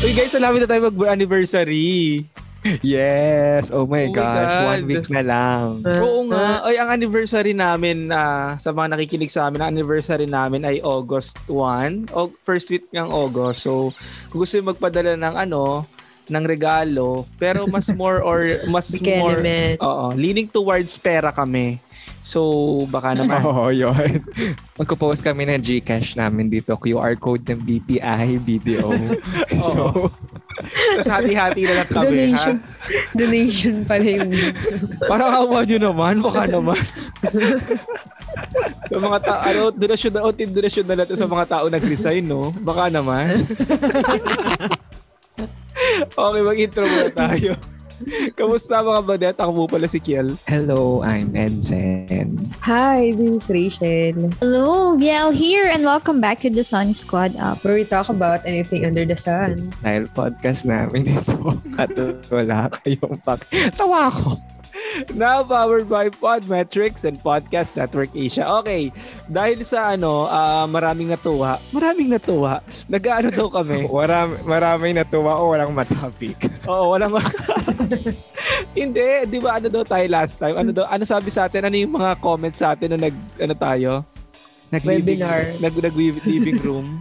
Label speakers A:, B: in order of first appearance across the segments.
A: Uy guys, salamat na tayo mag-anniversary.
B: Yes! Oh my
A: Oh my
B: gosh, one
A: God.
B: week na lang.
A: Oo nga. Ay, ang anniversary namin, ah, sa mga nakikinig sa amin, ang anniversary namin ay August 1, o first week ng August. So, kung gusto nyo magpadala ng ano, ng regalo, pero mas more or mas
C: Big
A: more,
C: element.
A: oo, leaning towards pera kami. So, baka naman.
B: Oo, oh, yun. Magpo-post kami ng Gcash namin dito, QR code ng BPI, BDO. so,
A: Tapos hati-hati na lang kami, ha?
C: Donation. Donation pala yung
A: Parang awa nyo naman, baka naman. sa mga tao, ano, donasyon na, o donasyon na natin sa mga tao nag-resign, no? Baka naman. okay, mag-intro muna tayo. Kamusta mga badet? Ako po pala si Kiel.
B: hello, I'm Enzen.
C: Hi, this is Rachel.
D: Hello, Yael here, and welcome back to the Sun Squad Up.
C: Where we talk about anything under the sun.
B: Dahil podcast namin dito, at wala kayong pak... Tawa ko!
A: Now powered by Podmetrics and Podcast Network Asia. Okay, dahil sa ano, ah, maraming natuwa. Maraming natuwa. Nag-ano daw kami.
B: Marami, marami natuwa o walang matapik.
A: Oo, wala mga... Hindi, di ba ano daw tayo last time? Ano daw, ano sabi sa atin? Ano yung mga comments sa atin nung nag, ano tayo?
C: Webinar.
A: Nag, nag-living room.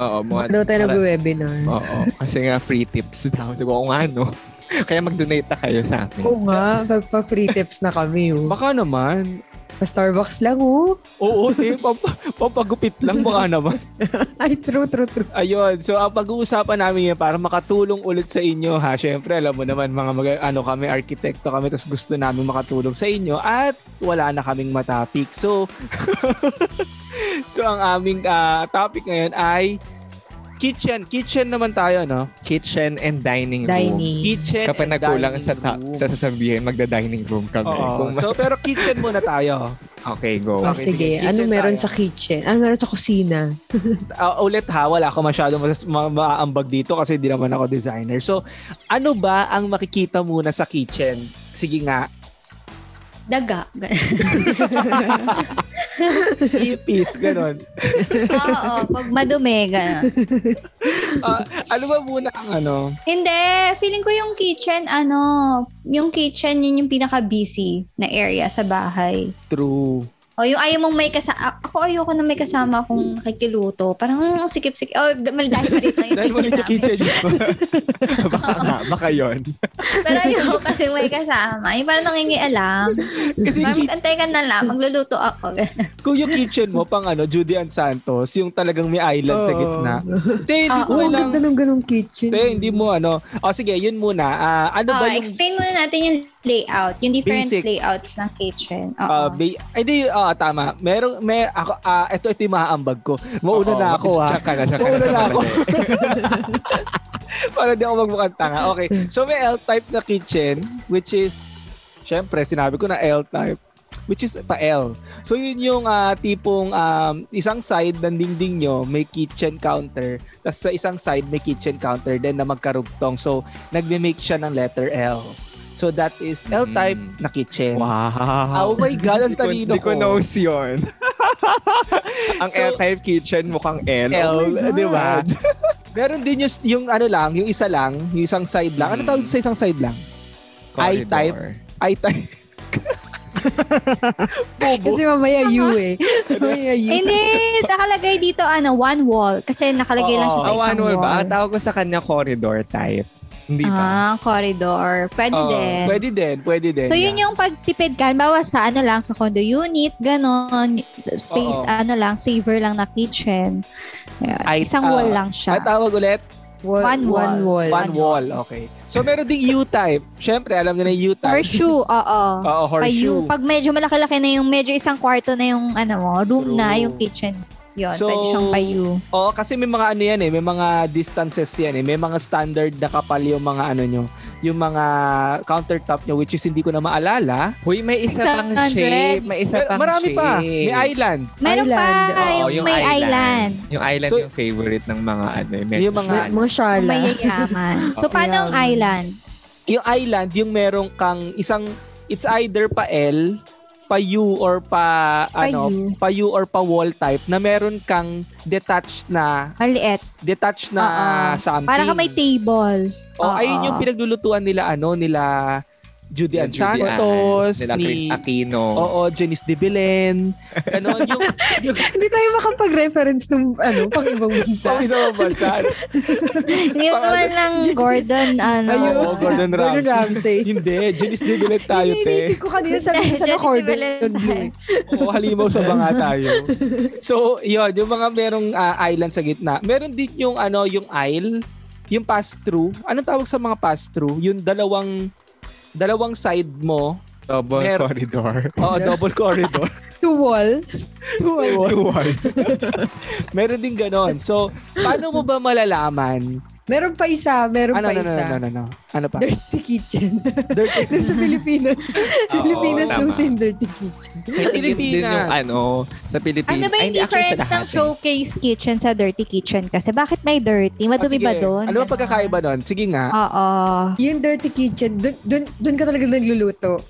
B: Oo, mga...
C: Hello
A: Oh.
C: tayo nag-webinar.
B: Oo, kasi nga free tips daw. Sabi ko, "Oo nga no. Kaya mag-donate na kayo
A: Oh.
B: sa amin.
C: Oo nga, pagpa-free tips na kami. Oh.
A: Baka naman.
C: Pa-Starbucks lang, oh.
A: Oo, di, pap, papagupit lang baka naman.
C: Ay, true, true, true.
A: Ayun, so ang pag-uusapan namin yan para makatulong ulit sa inyo ha. Siyempre, alam mo naman mga mag- ano kami, arkitekto kami, tapos gusto namin makatulong sa inyo at wala na kaming matapik. So, so ang aming ah, topic ngayon ay kitchen. Kitchen naman tayo, no?
B: Kitchen and dining room.
C: Dining.
A: Kitchen
B: Kapag
A: and
B: nagkulang
A: dining
B: sa, ta-
A: room.
B: sa sasabihin, magda-dining room kami.
A: Oo,
B: Kung-
A: so pero kitchen muna tayo.
B: okay, go.
C: Oh,
A: Okay, sige.
C: sige,
A: Kitchen
C: ano meron
A: tayo.
C: sa kitchen? Ano meron sa kusina?
A: Ah, ulit ha, wala ako masyadong mas- ma- maaambag dito kasi di naman ako designer. So, ano ba ang makikita muna sa kitchen? Sige nga,
D: Daga.
A: ipis, ganun.
D: Oo, pag madumi, ganun.
A: Ano ba muna ang ano?
D: Hindi, feeling ko yung kitchen, ano, yung kitchen, yun yung pinaka-busy na area sa bahay.
A: True.
D: O yung ayaw mong may kasama, ako ayoko na may kasama kung nakikiluto. Parang mm, sikip-sikip. Oh, mal- dahil maliit lang
A: Dahil
D: yung
A: mo
D: kitchen
A: dito
D: namin.
A: kitchen yun.
B: baka nga, baka yun.
D: Pero ayoko kasi may kasama. Yung parang nangingialam.
A: Kasi
D: Parang
A: ki-
D: mag-antay ka na lang, magluluto ako.
A: kung yung kitchen mo pang ano, Judy and Santos, yung talagang may island sa
C: Oo.
A: gitna. Hindi, hindi
D: Oo.
A: mo
C: Oo, ang
A: lang.
C: ganda ng ganong kitchen.
A: Hindi, hindi mo ano. O sige, yun muna. Ah, ano
D: Oh,
A: ba yung
D: explain muna natin yung layout, yung different
A: Basic.
D: layouts ng kitchen. Oo.
A: Ah, ba- ay, di, ah, tama. Merong, mer, ako, ah, ito, ito yung maaambag ko. Mauna na ako, ha.
B: Tsaka na, tsaka
A: Mauna
B: sa
A: na ako.
B: palagay.
A: Para di ako magmukhang tanga. Okay. So, may L-type na kitchen, which is, syempre, sinabi ko na L-type, which is pa-L. So, yun yung ah, tipong um, isang side ng dingding nyo, may kitchen counter. Tapos sa isang side, may kitchen counter din na magkarugtong. So, nagme-make siya ng letter L. So, that is L-type
B: Mm.
A: na kitchen. Oh
B: Wow.
A: my God, ang
B: Hindi ko-
A: talino
B: Hindi ko
A: ko.
B: knows yun. ang
A: So-
B: L-type kitchen mukhang L.
A: L,
B: Oh my
A: di ba?
B: God.
A: Meron din yung, yung ano lang, yung isa lang, yung isang side lang. Ano
B: Mm.
A: tawag sa isang side lang? I type.
B: Corridor.
A: I-type. Bobo.
C: Kasi mamaya you eh. mamaya you.
D: Hindi, nakalagay dito ano, one wall. Kasi nakalagay lang siya sa
B: Ah,
D: isang
B: one wall
D: wall.
B: ba? Tawag ko sa kanya corridor type. Hindi ba?
D: Ah, corridor. Pwede
A: Oo,
D: din.
A: Pwede din, pwede din.
D: So, yun yung pagtipid ka. Bawa sa ano lang, sa condo unit, ganon.
A: Oo.
D: Space, ano lang, saver lang na kitchen. Ayan,
A: Ay,
D: isang
A: ah,
D: wall lang siya.
A: Ang tawag ulit,
C: Wall-
D: One wall.
C: One wall.
A: one wall. Okay. So, meron ding U-type. Siyempre, alam nyo na yung U-type.
D: Horseshoe, oo.
A: Oo,
D: Payu.
A: horseshoe.
D: Pag medyo malaki-laki na yung, medyo isang kwarto na yung ano mo, room na
A: True.
D: yung kitchen. Yun,
A: So,
D: pwede siyang payu.
A: Oo, kasi may mga ano yan eh, may mga distances yan eh, may mga standard na kapal yung mga ano nyo, yung mga countertop nyo, which is hindi ko na maalala.
B: Huy, may isa pang
D: 600.
B: shape. May isa
A: Pero
B: pang
A: marami
B: shape.
A: pa. May island.
D: Meron
C: Island,
D: pa,
B: Oo,
D: yung, may island.
B: Yung island
A: So-
B: yung favorite ng mga ano. eh,
A: Yung mga-
C: Mga, mga
D: Yung
C: shala.
D: May yayaman. so,
A: Oo.
D: paano ang
A: Ayan.
D: island?
A: Yung island, yung merong kang isang, it's either pa L, pa U, or pa, ano,
D: Payu.
A: pa U or pa wall type na meron kang detached na,
D: Maliit.
A: detached na
D: Oo.
A: something.
D: Para ka may table.
A: Oh,
D: Oo.
A: ayun yung pinaglulutuan nila, ano, nila Judy
B: Judy
A: Ann Santos,
B: nila
A: ni,
B: Chris Aquino.
A: oo, Janice de Belen, ganon, yung,
C: Hindi tayo makapag-reference ng ano, pang ibang
A: Sa
C: bansa.
A: isang bansa.
D: Yung naman lang Gordon, ano.
C: Ayun.
A: Oo, Gordon
C: Gordon Ramsay.
A: Hindi, Janice de Villet tayo, te.
C: Iniisip ko kanina sabi ko sa
D: Janice
C: recording.
D: Valentine.
A: Oo, halimaw sa banga tayo. So, yun, yung mga merong ah, island sa gitna. Meron din yung, ano, yung aisle, yung pass-through. Anong tawag sa mga pass-through? Yung dalawang dalawang side mo,
B: Double
A: Mer- Oh.
B: corridor.
A: o double corridor.
C: Two wall. Two wall.
A: Meron din ganon. So, paano mo ba malalaman?
C: Meron pa isa. Meron
A: Ano,
C: pa
A: ano, ano,
C: isa.
A: ano, ano, ano, ano pa?
C: Dirty kitchen.
A: Dirty.
C: Doon sa Pilipinas. Pilipinas
B: tama.
C: yung sin dirty kitchen.
B: Sa Pilipinas.
A: Pilipinas.
B: Din yung ano, sa Pilipinas.
D: Ano ba yung difference ng showcase kitchen sa dirty kitchen? Kasi bakit may dirty?
A: Ah,
D: Madumi
A: sige.
D: ba doon?
A: Ano ba pagkakaiba doon? Sige nga.
D: Oo.
C: Yung dirty kitchen, dun, dun, dun ka talaga nagluluto.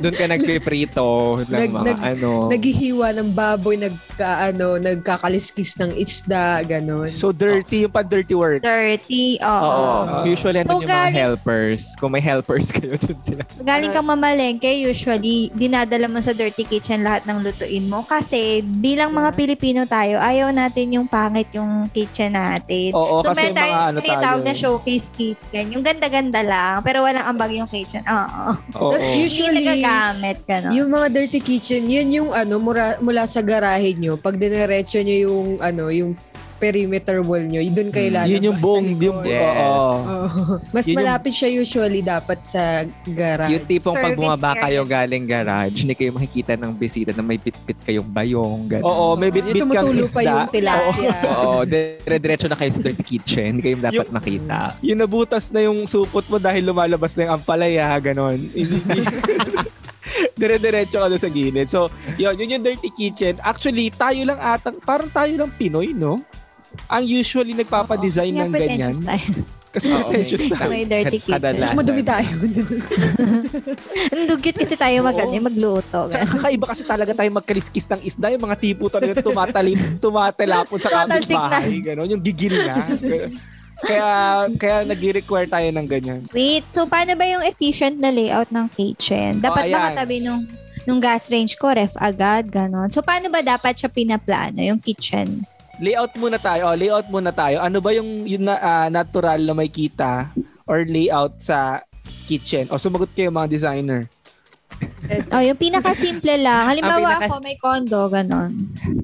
B: Doon ka nagpiprito ng
C: Nag-
B: mga
C: nag-
B: ano.
C: Naghihiwa ng baboy, nagka, ano, nagkakaliskis ng isda, ganon.
A: So, dirty, yung pan-dirty work.
D: Dirty, oo.
B: Oo. Usually, ano
D: Oh. So,
B: yung mga
D: galing-
B: helpers. Kung may helpers kayo, dun sila.
D: Galing kang mamalengke, usually, dinadala mo sa dirty kitchen lahat ng lutuin mo. Kasi bilang mga Pilipino tayo, ayaw natin yung pangit yung kitchen natin.
A: Oo,
D: so,
A: kasi
D: meron tayong
A: mga ano tayo.
D: tinatawag na showcase kitchen. Yung ganda-ganda lang, pero walang ambag yung kitchen. Oo.
A: Oo.
C: Tapos
D: Usually, Hindi
C: usually,
D: nagagamit ka, no?
C: yung mga dirty kitchen, yun yung ano, mura, mula sa garahe nyo, pag dinaretso nyo yung, ano, yung perimeter wall nyo, dun kayo
B: Hmm,
C: lalabas.
A: Yun yung
C: sa
A: buong,
C: likod.
A: yung,
B: Yes.
A: oo.
C: Oo. Mas
A: Yun yung-
C: malapit siya usually dapat sa
B: Yung
C: garage.
B: tipong pag
D: Service
B: bumaba
D: area.
B: kayo galing garage, hindi kayo makikita ng bisita na may pitpit kayong bayong. Ganun.
A: Oo, may bitbit
C: yung
A: kang
C: tumutulo pa yung
A: isda.
C: tilapia.
B: Oo, dire-diretso na kayo sa dirty kitchen. Hindi kayo dapat makita.
A: Yung nabutas na yung supot mo dahil lumalabas na yung ampalaya, ganon. Hindi- hindi- Dire-diretso ka doon sa gilid. So, yun, yun yung dirty kitchen. Actually, tayo lang atang, parang tayo lang Pinoy, no? Ang usually nagpapadesign
D: Oo,
A: ng
D: kasi
A: ganyan.
D: pretentious tayo.
A: Kasi pretentious tayo.
D: May dirty
B: Kad-
D: kitchen.
C: Tsaka
B: kadalasan.
C: madumi tayo.
D: Ang dugyot kasi tayo mag,
A: Oo.
D: ano, magluto.
A: Tsaka kakaiba kasi talaga tayo magkaliskis ng isda. Yung mga tipo talaga tumatalim, tumatalapon sa kapitbahay. Ganon, yung gigil na. Ganon. Kaya, kaya nag-require tayo ng ganyan.
D: Wait, so paano ba yung efficient na layout ng kitchen?
A: Oh,
D: Dapat
A: ayan.
D: ba katabi nung, nung gas range ko, ref agad, ganon? So paano ba dapat siya pinaplano, yung kitchen?
A: layout muna tayo. Oh, layout muna tayo. Ano ba yung yun na, ah, natural na may kita or layout sa kitchen? O sumagot kayo mga designer.
D: Oh, yung pinaka-simple lang. Halimbawa
A: Ah,
B: pinaka-
D: ako, may condo, ganon.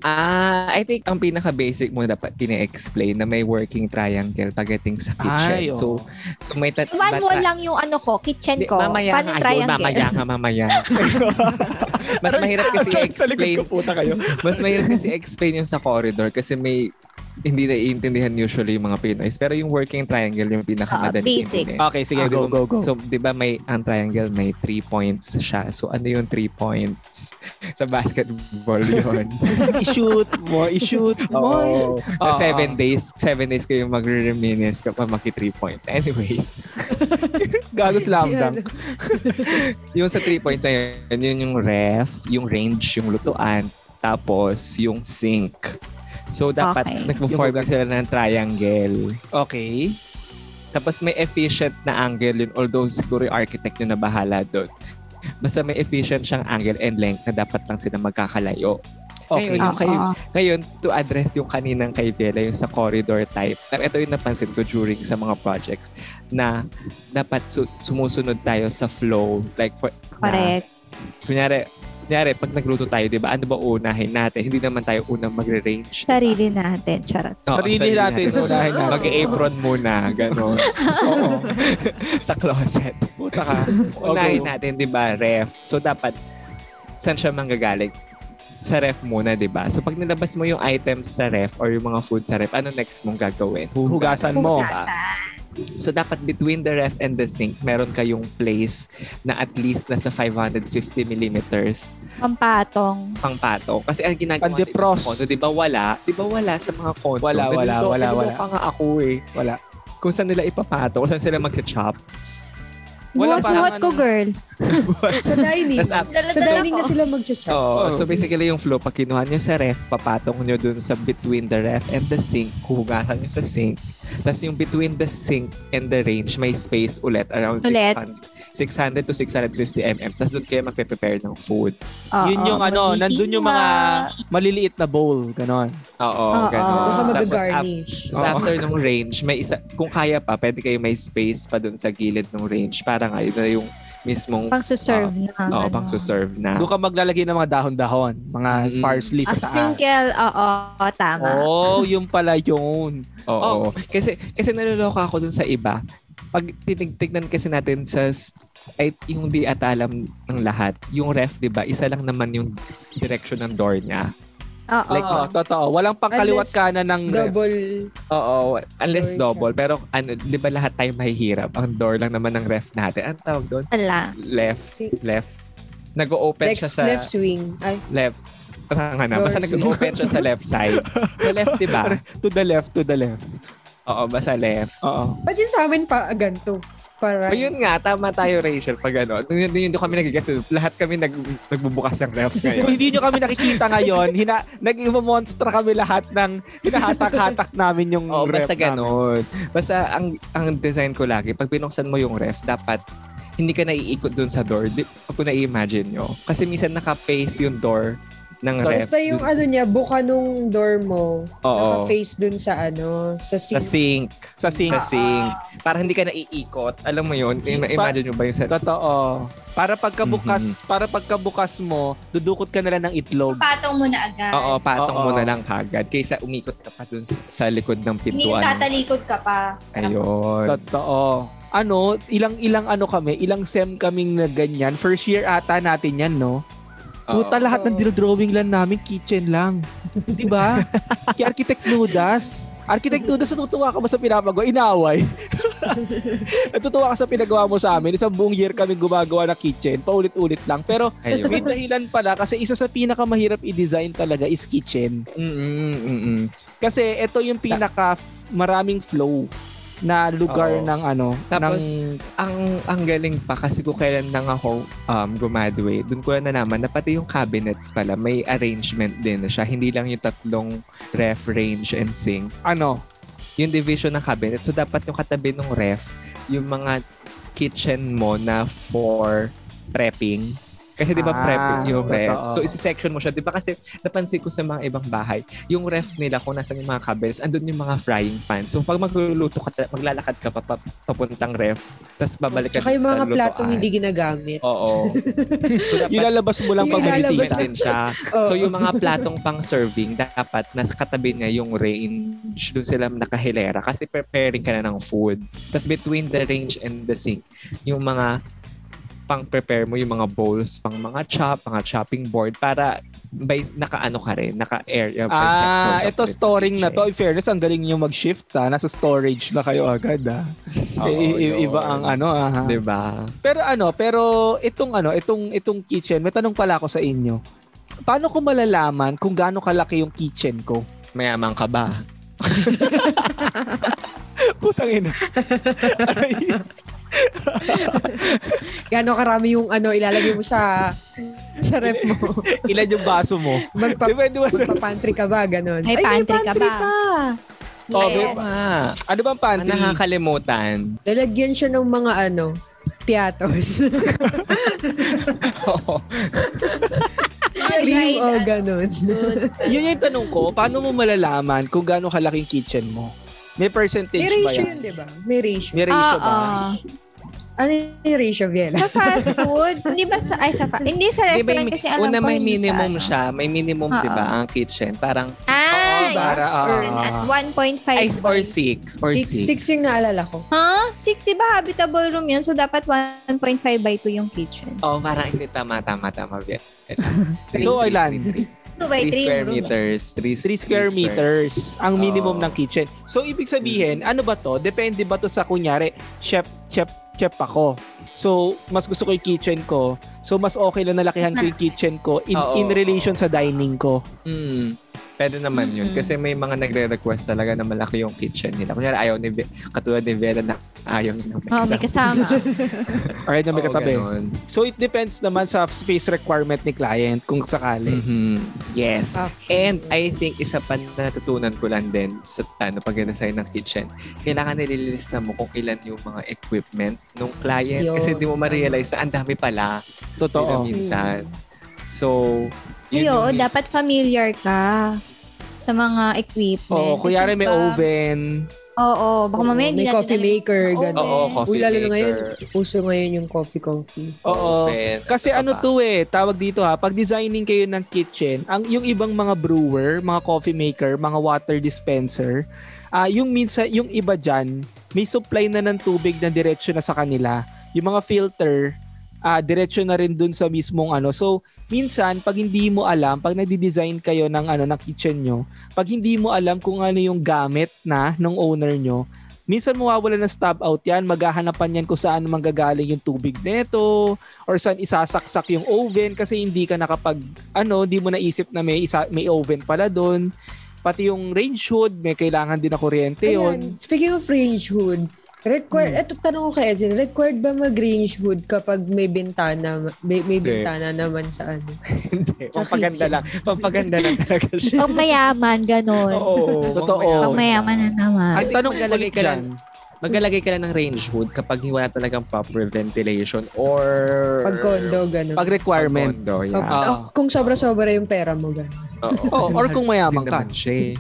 B: Ah, I think ang pinaka-basic mo dapat tine-explain na may working triangle pagdating sa kitchen.
A: oh.
B: so, so may tat-
D: One
B: bata-
D: wall lang yung ano ko, kitchen
B: Di,
D: ko.
B: mamaya
D: paano
B: nga,
D: yung
B: ayun,
D: triangle?
B: mamaya nga, mamaya. mas mahirap kasi explain,
A: puta kayo.
B: mas mahirap kasi explain yung sa corridor kasi may hindi naiintindihan usually yung mga Pinoys. Pero yung working triangle yung pinakamadali.
D: Oo, Ah, basic.
B: intindihin.
A: Okay, sige, go, Ah, go, go.
B: So, di ba may, ang triangle may three points siya. So, ano yung three points? sa basketball yun.
A: i-shoot mo, i-shoot mo.
B: Oo.
A: Oo. Ah,
B: seven days, seven days kayo magre-reminis kapag maki three points. Anyways,
A: Gago slam
C: Si
A: dunk.
C: ano,
B: yung sa three points na yun, yun yung ref, yung range, yung lutuan, tapos yung sink. So, dapat
D: Okay.
B: nagpo-form sila ng triangle.
A: Okay.
B: Tapos may efficient na angle yun, although siguro yung architect yun na bahala doon. Basta may efficient siyang angle and length na dapat lang sila magkakalayo.
A: Okay.
B: Ngayon, yung kayo,
D: Oo.
B: Ngayon, to address yung kaninang kay Bella, yung sa corridor type, na ito yung napansin ko during sa mga projects, na dapat su- sumusunod tayo sa flow. Like, for, Na,
D: Correct.
B: kunyari, kunyari, pag nagluto tayo, di ba, ano ba unahin natin? Hindi naman tayo unang magre-range.
D: Sarili natin, charot.
B: Oo,
A: Sarili natin unahin natin.
B: Mag-apron muna, gano'n. Oo. sa closet.
A: Puta ka.
B: Unahin natin, di ba, ref. So, dapat, saan siya manggagaling? sa ref muna, di ba? So, pag nilabas mo yung items sa ref or yung mga food sa ref, ano next mong gagawin?
A: Hugasan mo.
D: Hugasan.
B: So, dapat between the ref and the sink, meron kayong place na at least nasa 550 millimeters
D: Pampatong.
B: pang patong. Kasi ang ginagawa nila
A: Pandepros.
B: sa condo, di ba wala? Di ba wala sa mga condo?
A: Wala,
B: Ganun
A: wala,
B: daw,
A: wala,
B: ganun daw
A: wala.
B: pa nga ako eh.
A: Wala.
B: Kung saan nila ipapato, kung saan sila mag-chop.
A: Wala
D: Buhat
A: parang
D: buhat ko,
A: ano-
D: girl.
C: Sa dining.
B: Tapos
C: sa dining na sila mag-chat.
B: Oo.
A: Oo.
B: So basically yung flow, pag kinuha nyo sa ref, papatong nyo dun sa between the ref and the sink, huhugasan nyo sa sink. Tapos yung between the sink and the range, may space ulit around
D: Ulit.
B: 600, 600 to 650 mm. Tapos doon kayo magpe-prepare ng food.
A: Yun yung
D: Ah,
A: ano, nandun yung mga maliliit na bowl, ganon.
B: Oo, ganun.
D: Oo.
C: Baka
D: Baka
B: Tapos, ap-
C: mag-garnish.
B: tapos
A: Oo.
B: after nung range, may isa, kung kaya pa, pwede kayo may space pa dun sa gilid ng range para nga yun na yung mismong
D: pang serve
A: Ah.
D: na.
B: Oo,
D: ano.
B: pang serve na.
A: Doon ka maglalagay ng mga dahon-dahon, mga
B: Mm.
A: parsley sa
D: Ah,
A: taas.
D: sprinkle, oo, tama.
A: Oh, yung pala yun.
B: Oo. Kasi kasi naloloka ako dun sa iba. Pag tinignan kasi natin sa s- ay, yung di at alam ng lahat, yung ref, di ba, isa lang naman yung direction ng door niya.
D: Oo.
A: Like, oh, totoo. Walang pangkaliwat
C: Unless
A: kanan ng ref.
C: Double.
B: Oo. Unless
C: Door siya.
B: double. Pero ano, di ba lahat tayo mahihirap? Ang door lang naman ng ref natin. Ang tawag doon?
D: Wala.
B: Left.
C: Si-
B: Left. Nag-open siya
C: Lex,
B: sa
C: left swing. Ay,
B: left. Tanga na. Basta
C: Doors.
B: nag-open siya sa left side. Sa left, di ba?
A: To the left, to the left.
B: Oo, basta left.
A: Oo.
C: ba't yun sa amin pa ganito?
B: O
C: Para.
B: yun nga, tama tayo Rachel pag ano. Yun, yun, yun doon kami nagigets. Lahat kami nag, nagbubukas ng ref
A: Kung
B: ngayon.
A: hindi nyo kami nakikita ngayon, hina, nag-monster kami lahat ng hinahatak-hatak namin yung ref
B: Oo, Oh, basta ganun. Basta ang, ang design ko lagi, pag binuksan mo yung ref, dapat hindi ka naiikot doon sa door. Di, ako na-imagine nyo. Kasi minsan naka-face yung door ng ref.
C: Basta yung ano niya, buka nung door mo,
B: Oo.
C: naka-face dun sa ano, sa
B: Sa
C: sink.
B: sink.
A: Sa sink.
B: Sa sink. Para hindi ka naiikot. Alam mo yun? Ima- Imagine nyo ba yung sa...
A: Totoo. Para pagkabukas, para pagkabukas mo, dudukot ka na lang ng itlog.
D: Patong mo na agad.
B: Oo, patong
A: Oo.
B: mo na lang kagad. Kaysa umikot ka pa dun sa, sa likod ng
D: Hindi yung
B: pintuan.
D: tatalikod ka pa.
B: Ayun.
A: Totoo. Ano, ilang ilang ano kami, ilang sem kaming na ganyan. First year ata natin yan, no? Puta
B: Oo.
A: lahat ng drawing lang namin, kitchen lang. 'Di ba? Kay Architect Nudas. Architect Nudas, natutuwa ka ba sa pinapagawa? Inaway. natutuwa ka sa pinagawa mo sa amin. Isang buong year kami gumagawa ng kitchen. Paulit-ulit lang. Pero
B: Ayun.
A: may dahilan pala kasi isa sa pinakamahirap i-design talaga is kitchen.
B: Mm-mm, mm-mm.
A: Kasi ito yung pinaka f- maraming flow na lugar
B: Oo.
A: ng ano,
B: Tapos,
A: ng
B: ang ang galing pa kasi kung kailan lang ako um, gumaduate, dun ko na naman na pati yung cabinets pala, may arrangement din na siya. Hindi lang yung tatlong ref, range, and sink.
A: ano,
B: Yung division ng cabinet. So, dapat yung katabi ng ref, yung mga kitchen mo na for prepping. Kasi di ba
A: Ah,
B: prepping yung ref?
A: totoo.
B: So, isi-section mo siya. Di ba kasi napansin ko sa mga ibang bahay, yung ref nila kung nasan yung mga cabinets, andun yung mga frying pans. So, pag magluluto ka, ta- maglalakad ka pa, pa- papuntang ref, tapos babalik ka
C: Tsaka
B: sa
C: yung mga
B: lutoan.
C: platong hindi ginagamit.
B: Oo. so, dapat
A: ilalabas mo lang
C: Yung
A: pag may
C: ilalabas
B: management
A: bisita.
C: na-
B: din siya.
C: Oo.
B: So, yung
A: Oh.
B: mga platong pang serving, dapat nasa katabi niya yung range. Doon sila nakahilera kasi preparing ka na ng food. Tapos between the range and the sink, yung mga pang-prepare mo, yung mga bowls, pang mga chop, mga chopping board para by, naka-ano ka rin, naka-area. by sector
A: Ah, ito
B: ka rin sa
A: storing na to.
B: kitchen.
A: In fairness, ang galing niyo mag-shift ha. Nasa storage na kayo agad ha.
B: Oo,
A: I- i-
B: yun.
A: iba ang ano ha.
B: Diba?
A: Pero ano, pero itong ano, itong itong kitchen, may tanong pala ako sa inyo. Paano ko malalaman kung gaano kalaki yung kitchen ko?
B: Mayaman ka ba?
A: Putang ina. Ano
C: Gano'ng karami yung ano, ilalagay mo sa sa ref mo.
A: Ilan yung baso mo?
C: Magpa,
A: Depende ba sa...
C: magpa-pantry ka ba? Ganon.
D: May
C: Ay,
D: pantry ka ba?
A: Oh, babe.
D: Yes.
B: Ah,
A: Ano bang
B: ang
A: pantry?
B: nakakalimutan.
C: Lalagyan siya ng mga ano, piatos.
B: Oo.
C: Cream o ganon.
D: Goods.
A: Yun yung tanong ko. Paano mo malalaman kung gaano kalaking kitchen mo? May percentage
C: May
A: ba
C: ratio
A: yan?
C: yun, di ba? Ah, May ratio.
A: May ratio ba?
D: Oo.
C: Ano yung ratio, Viela?
D: Sa fast food, hindi ba sa, ay sa fast, hindi sa
B: Di ba
D: restaurant
B: yung-
D: kasi alam
B: una
D: ko
B: may
D: hindi sa
B: minimum
D: ano.
B: siya. May minimum,
D: Oo.
B: di ba, ang kitchen. Parang
D: Ah,
A: Oo,
D: yun.
A: para, ah.
D: Yun, at 1.5.
B: Ay, or six. Or
C: Six,
B: six.
C: six yung naalala ko.
D: Ha? 60 ba habitable room yun? So, dapat 1.5 by 2 yung kitchen.
B: Oh, parang hindi. Tama, tama, tama. Viet.
A: So, Aylan.
B: Three, three, three.
D: Two by
B: 3
D: three
B: square
D: yung room.
B: meters. 3
A: 3 square meters ang minimum
B: Oo.
A: ng kitchen. So, ibig
B: Mm-hmm.
A: sabihin, ano ba to? Depende ba to sa, kunyari, chef, chef, chef ako. So, mas gusto ko yung kitchen ko. So, mas okay lang nalakihan ko yung kitchen ko in,
B: Oo.
A: in relation sa dining ko.
B: Mm. Pwede naman yun.
D: Mm-mm.
B: Kasi may mga nagre-request talaga na malaki yung kitchen nila. Kunyari, ayaw ni Ve- katulad ni Vera na ayaw niya ng
D: Oo, Oh, may kasama.
A: Alright, na may
B: Oo,
A: katabi.
B: ganun.
A: So, it depends naman sa space requirement ni client kung sakali.
B: Mhm. Yes.
C: Actually.
B: And I think isa pa na natutunan ko lang din sa ano, pag-design ng kitchen, kailangan nililista mo kung ilan yung mga equipment ng client
C: Yun.
B: kasi hindi mo ma-realize na ang dami pala nila
C: Hmm.
A: Totoo.
B: minsan. So,
D: Ay,
B: yung
D: oo,
B: need-
D: dapat familiar ka sa mga equipment.
A: Oo,
D: Kasi
A: kunyari may
D: baka-
A: oven.
D: Oo, baka
C: may
D: mamaya hindi natin
C: coffee
D: alam.
C: maker,
D: Oo.
C: ganun.
B: Oo, coffee
C: Uy, lalo na
B: maker.
C: ngayon, uso ngayon yung coffee coffee.
A: Oo.
B: oven,
A: Kasi
B: pa
A: ano
B: ba?
A: to eh, tawag dito ha, pag designing kayo ng kitchen, ang yung ibang mga brewer, mga coffee maker, mga water dispenser, ah yung minsan yung iba diyan, may supply na ng tubig na diretso na sa kanila. Yung mga filter, ah diretso na rin dun sa mismong ano. So, minsan pag hindi mo alam, pag nagdi-design kayo ng ano ng kitchen nyo, pag hindi mo alam kung ano yung gamit na ng owner nyo, minsan mawawala ng stop out yan, maghahanapan yan kung saan manggagaling yung tubig nito, or saan isasaksak yung oven kasi hindi ka nakapag ano, hindi mo naisip na may isa, may oven pala doon. Pati yung range hood, may kailangan din na kuryente yun.
C: Ayan, speaking of range hood,
A: Hmm.
C: required, eto tanong ko kay Edwin, required ba mag-range hood kapag may bintana, may, may
B: Hindi.
C: bintana naman sa ano?
B: Hindi,
C: Sa
B: pampaganda
C: kitchen.
B: lang. Pampaganda lang talaga siya.
D: Pag mayaman, ganun.
B: Oo,
A: Totoo.
D: Pag mayaman na naman.
A: Ang tanong
B: Ay,
A: talaga
B: maglalagay ka
A: dyan,
B: Maglalagay ka lang ng range hood kapag wala talagang proper ventilation or...
C: Pag condo, ganun.
A: pag requirement.
B: Pag condo, yeah.
C: Okay.
A: Ah.
C: Oh, kung sobra-sobra yung pera mo, ganun.
A: Oo, or kung mayaman ka.
B: eh.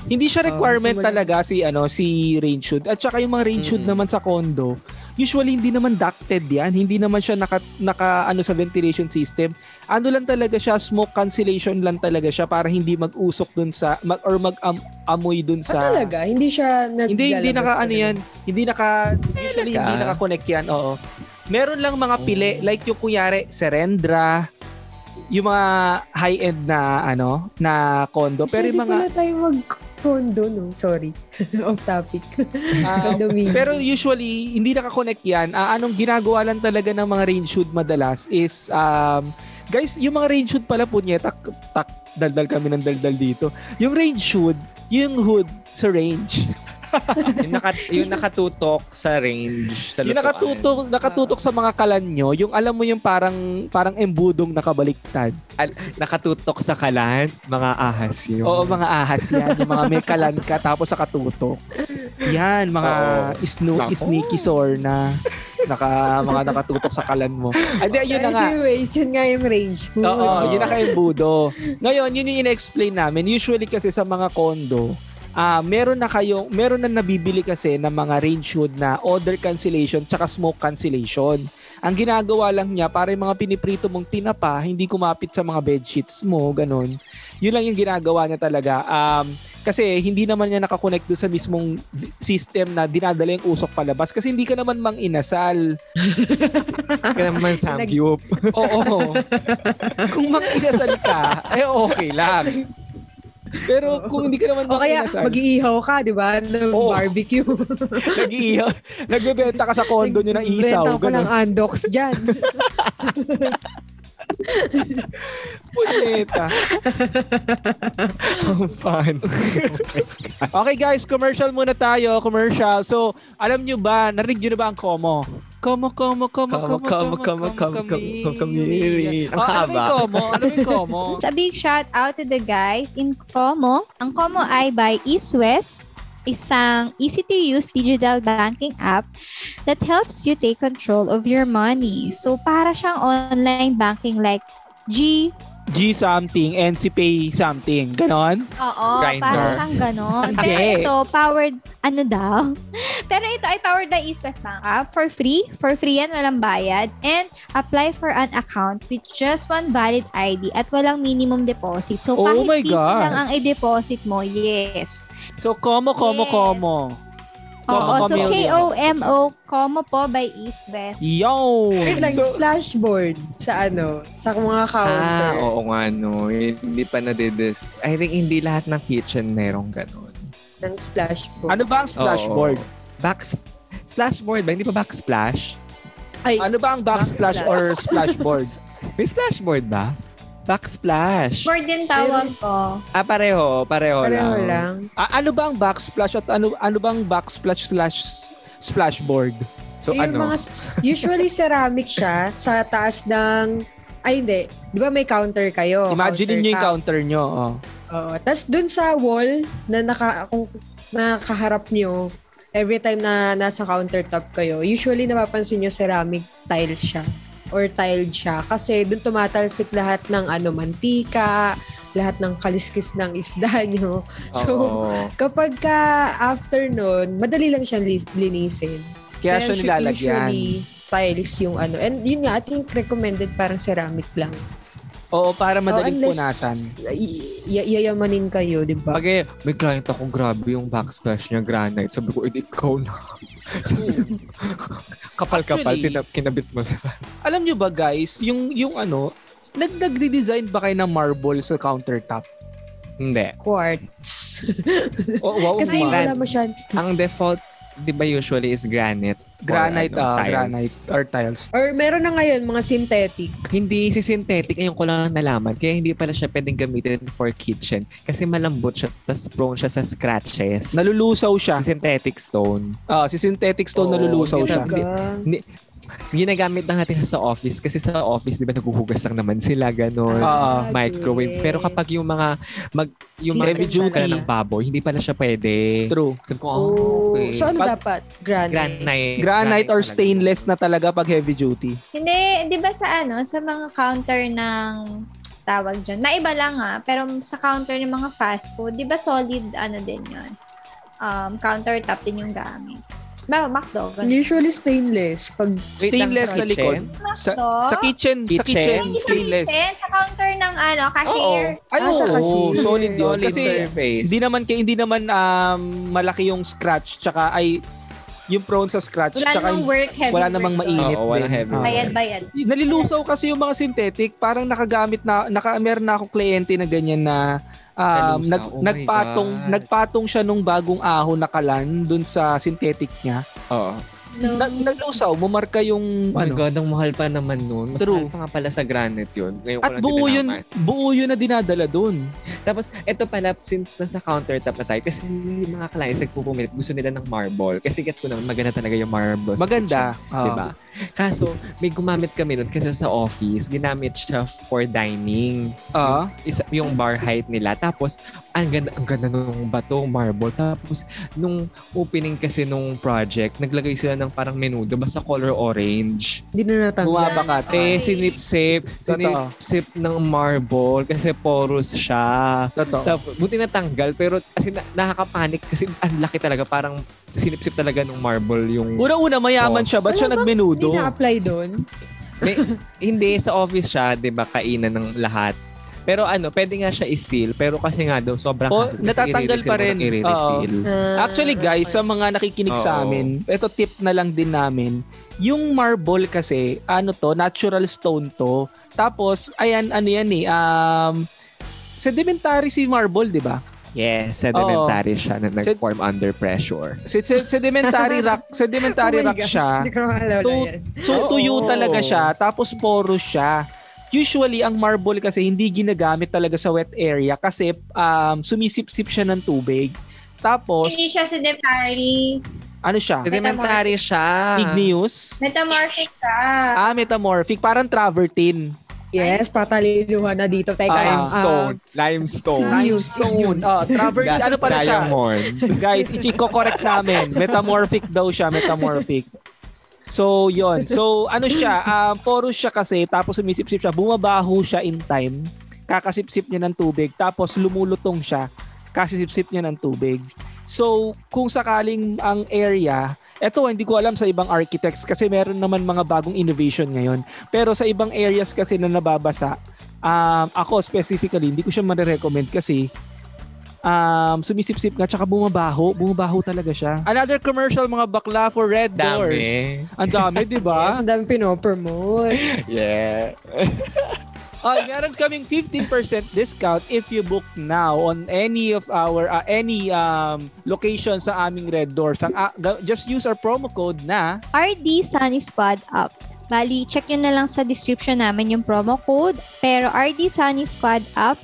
A: Hindi siya
C: Oo,
A: requirement
C: sumali-
A: talaga si ano si range hood. At saka yung mga range hood
B: Mm.
A: naman sa condo, usually hindi naman ducted 'yan, hindi naman siya naka, naka ano sa ventilation system. Ano lang talaga siya, smoke cancellation lang talaga siya para hindi mag-usok dun sa mag, or mag-amoy dun
C: Ah,
A: sa
C: talaga? Hindi siya naglalabas?
A: Hindi, hindi naka ano yan. Hindi naka, usually
B: Talaga?
A: hindi naka-connect yan. Oo. Meron lang
C: Oh.
A: mga pili, like yung kunyari, Serendra, yung mga high-end na ano, na condo. Pero
C: Pwede
A: yung mga, ah,
C: pala tayo mag-condo, no? Sorry. Off topic. Ano,
A: ah,
C: Condominium.
A: pero usually, hindi naka-connect yan. Ah, anong ginagawa lang talaga ng mga range hood madalas is, um, guys, yung mga range hood pala, punya, tak, tak, daldal kami ng daldal dito. Yung range hood, yung hood sa range.
B: yung, naka, yung nakatutok sa range, sa
A: yung
B: lutuan.
A: nakatutok, nakatutok sa mga kalan nyo, yung alam mo yung parang parang embudong nakabaliktad.
B: Nakatutok sa kalan, mga ahas yun.
A: Oo, mga ahas yan. Yung mga may kalan ka tapos nakatutok. Yan, mga
B: Oo.
A: sno-
B: Nako.
A: sneaky sore na naka, mga nakatutok sa kalan mo. Hindi, yun na nga.
C: Anyways, yun nga yung range hood.
A: Oo, yun naka-embudo. Ngayon, yun yung in-explain namin. Usually kasi sa mga condo, ah meron na kayong, meron na nabibili kasi ng mga range hood na odor cancellation tsaka smoke cancellation. Ang ginagawa lang niya, para yung mga piniprito mong tinapa, hindi kumapit sa mga bedsheets mo, ganun. Yun lang yung ginagawa niya talaga. Um, kasi hindi naman niya nakakonect doon sa mismong v- system na dinadala yung usok palabas kasi hindi ka naman mang inasal.
B: Ka naman samgyup.
A: Oo. kung manginasal ka, eh okay lang. Pero kung hindi ka naman
C: O kaya,
A: manginasal,
C: mag-iihaw ka, di ba? Ng
A: Oo.
C: barbecue.
A: nag-iihaw, nagbebenta ka sa condo nyo ng isaw.
C: Renta ko ng
A: Ganun.
C: andox dyan.
A: Punyeta.
B: Ang fun.
A: Okay guys, commercial muna tayo. Commercial. So, alam nyo ba, narinig nyo na ba ang komo? Komo, komo, komo, komo, komo, komo, komo, komo,
B: kamili. Ang
A: Oh, Ano ba
B: haba.
A: yung komo? Ano ba yung komo?
D: It's a big shout out to the guys in Como. Ang Como ay by East West, isang E easy to use digital banking app that helps you take control of your money. So para siyang online banking like G,
A: G something, NC Pay something. Ganon?
D: oo,
B: Grindr.
D: para siyang ganon.
A: Hindi.
D: Pero ito, powered, ano daw? Pero ito ay powered by East West Bank app for free. For free yan, walang bayad. And apply for an account with just one valid ID at walang minimum deposit. So
A: Oh
D: kahit
A: my
D: piso
A: God.
D: lang ang i-deposit mo, yes.
A: So, komo, komo,
D: Yes.
A: komo.
D: Oo,
A: Como
D: so
A: po.
D: K-O-M-O, Como po by East West.
B: Yo!
C: Wait lang,
A: So-
C: splashboard sa ano, sa mga
B: Ah,
C: counter.
B: oo nga no. Hindi pa nadidis. I think hindi lahat ng kitchen merong ganun.
C: Ng splashboard.
A: Ano ba ang splashboard?
B: Oo. Back splashboard ba? Hindi ba backsplash?
C: Ay,
A: Ano ba ang backsplash or splashboard?
B: May splashboard ba? Backsplash.
D: Board din tawag ko.
B: Ah, pareho. Pareho,
C: pareho
B: lang.
C: lang.
A: A- ano ba ang backsplash at ano ano ba ang backsplash slash s- splashboard?
B: So,
C: Eh, yung
B: ano?
C: mga, s- usually ceramic siya sa taas ng, ay hindi, di ba may counter kayo?
A: Imagine niyo yung
C: ka.
A: counter niyo. Oh.
C: Oo. Tapos dun sa wall na naka, kung nakaharap nyo, every time na nasa countertop kayo, usually napapansin nyo ceramic tile siya or tiled siya. Kasi dun tumatalsik lahat ng ano, mantika, lahat ng kaliskis ng isda nyo. So,
B: Oo.
C: kapag ka after nun, madali lang siyang lis- linisin.
A: Kaya siya
C: usu-
A: nilalagyan.
C: Usually, tiles yung ano. And yun nga, I think recommended parang ceramic lang.
A: Oo, para madaling
C: unless-
A: punasan.
C: Y- y- yayamanin kayo, di ba?
B: Pag eh, may client akong grabe yung backsplash niya, granite. Sabi ko, hindi ikaw na. Sabi ko, kapal-kapal,
A: Actually-
B: tinap, kinabit mo sa
A: Alam niyo ba guys, yung yung ano, nag nagre-design ba kayo ng marble sa countertop?
B: Hindi.
C: Quartz.
A: Oo, Oh, wow,
C: Kasi
A: ma-
C: wala masyad.
B: Ang default, di ba usually is granite? or
A: granite
B: ano,
A: ah,
B: tiles.
A: granite or tiles.
C: Or meron na ngayon mga synthetic.
B: Hindi si synthetic, ngayon ko lang nalaman. Kaya hindi pala siya pwedeng gamitin for kitchen. Kasi malambot siya, tapos prone siya sa scratches.
A: Nalulusaw siya.
B: si synthetic stone.
A: Ah, si synthetic stone
B: Oo,
A: nalulusaw
B: hindi
A: siya.
B: talaga. Ginagamit lang natin sa office kasi sa office, di ba, naghuhugas lang naman sila, ganon.
A: Ah,
B: microwave. Pero kapag yung mga mag yung mga
C: Kitchen
B: medyo ka
C: pala.
B: na ng baboy, hindi pala siya pwede.
A: True.
B: Sabi ko, oh,
C: Oh,
B: okay.
C: So ano
A: Pag-
C: dapat? Granite.
B: granite.
A: Ah, Granite or
B: talaga.
A: stainless na talaga pag heavy duty.
D: Hindi, di ba sa ano, sa mga counter ng tawag dyan. Maiba lang ah, pero sa counter ng mga fast food, di ba solid ano din yun? Um, countertop din yung gamit. Ba, McDo, ganun.
C: Usually stainless. Pag
B: Wait lang,
A: Stainless sa
B: kitchen?
A: likod. Sa,
D: McDo?
A: sa kitchen, sa
B: Kitchen.
A: kitchen,
D: Hindi sa
A: stainless.
D: kitchen, sa counter ng ano, cashier.
A: Ay,
C: Ah, sa
A: oo,
C: cashier.
A: solid yun.
B: Solid
A: Kasi
B: surface.
A: hindi naman kay hindi naman um, malaki yung scratch tsaka ay yung prone sa scratch
D: Wala
A: tsaka
D: namang
A: yung-
D: work, heavy
A: wala
D: work
A: namang
D: doon.
A: mainit
B: Oo, walang
A: din.
B: heavy
A: Oo.
B: work.
D: Bayad-bayad.
A: Nalulusaw kasi yung mga synthetic, parang nakagamit na naka meron na akong kliyente na ganyan na um,
B: Nalusaw.
A: nag,
B: Oh my
A: nagpatong
B: God.
A: nagpatong siya nung bagong ahon na kalan dun sa synthetic niya.
B: Oo.
D: No.
A: Na, naglusaw, mumarka yung
B: Oh
A: Oh,
B: my
A: ano.
B: God, ang mahal pa naman nun. Mas
A: True.
B: mahal pa nga pala sa granite yun. Ngayon ko
A: At
B: lang
A: buo
B: din
A: yun,
B: nalaman.
A: buo yun na dinadala dun.
B: Tapos, eto pala, since nasa countertop na tayo, kasi yung mga clients nagpupumilit, gusto nila ng marble. Kasi gets ko naman, maganda talaga yung marble. sa
A: Maganda. Ah.
B: kitchen,
A: Oo.
B: Diba? Kaso, may gumamit kami nun kasi sa office, ginamit siya for dining.
A: Oo.
B: isa, yung bar height nila. Tapos, ang ganda, ang ganda nung bato, marble. Tapos, nung opening kasi nung project, naglagay sila ng parang menudo, basta color orange.
C: hindi na natanggal.
A: Bumabakat.
B: Eh,
D: Ay.
B: sinipsip,
A: Totoo.
B: sinipsip ng marble kasi porous siya.
A: Totoo.
B: Tapos, buti natanggal, pero kasi na, nakakapanik kasi ang laki talaga, parang sinipsip talaga ng marble yung...
A: Una-una, mayaman
B: Sauce.
A: siya. Ba't siya
C: Wala ba- Hindi
A: nagmenudo?
C: na-apply doon.
B: Hindi, sa office siya, di ba, kainan ng lahat. Pero ano, pwede nga siya isil, pero kasi nga daw, sobrang
A: Oh,
B: hassle. Kasi
A: natatanggal
B: i-reseal
A: pa
B: mo
A: rin.
B: ng i-reseal.
C: Ah,
A: Actually guys,
C: oh
A: sa mga nakikinig sa
B: Oo.
A: amin, ito tip na lang din namin. Yung marble kasi, ano to, natural stone to. Tapos, ayan, ano yan eh, um, sedimentary si marble, di ba?
B: Yes, sedimentary siya na nag-form under pressure.
A: Se- se- Sedimentary rock, sedimentary
C: Oh my
A: rock
C: gosh,
A: siya.
C: Hindi ko makalala
A: So,
C: yan.
A: So,
B: Oo.
A: tuyo talaga siya, tapos porous siya. Usually, ang marble kasi hindi ginagamit talaga sa wet area kasi um, sumisip-sip siya ng tubig. Tapos,
D: Hindi siya sedentary.
A: ano siya?
B: Sedimentary siya.
A: Igneous?
D: Metamorphic ka.
A: Ah, metamorphic. Parang travertine.
C: Yes, pataliluhan na dito.
B: ah.
C: Teka.
A: Ah,
B: Limestone. limestone.
C: Ah, Igneous.
A: Limestone.
B: oh,
A: Ah, travertine. Ano pala siya?
B: Diamond.
A: Guys, i-correct namin. Metamorphic daw siya. Metamorphic. So, yon So, ano siya? ah, porous siya kasi. Tapos sumisip-sip siya. Bumabaho siya in time. Kakasip-sip niya ng tubig. Tapos lumulutong siya. Kasisip-sip niya ng tubig. So, kung sakaling ang area, eto hindi ko alam sa ibang architects kasi meron naman mga bagong innovation ngayon. Pero sa ibang areas kasi na nababasa, um, ako specifically, hindi ko siya marirecommend kasi um, sumisip-sip nga, tsaka bumabaho. Bumabaho talaga siya. Another commercial, mga bakla, for Red Doors.
B: Dami.
A: Ang dami, diba? di
B: diba?
A: ba?
C: Yes, ang dami pinopromote.
B: Yeah.
A: Ah, meron kaming 15% discount if you book now on any of our ah, any um location sa aming Red Doors. Ang, ah, ga- just use our promo code na
D: RD Sunny Squad Up. Bali, check nyo na lang sa description namin yung promo code. Pero RD Sunny Squad Up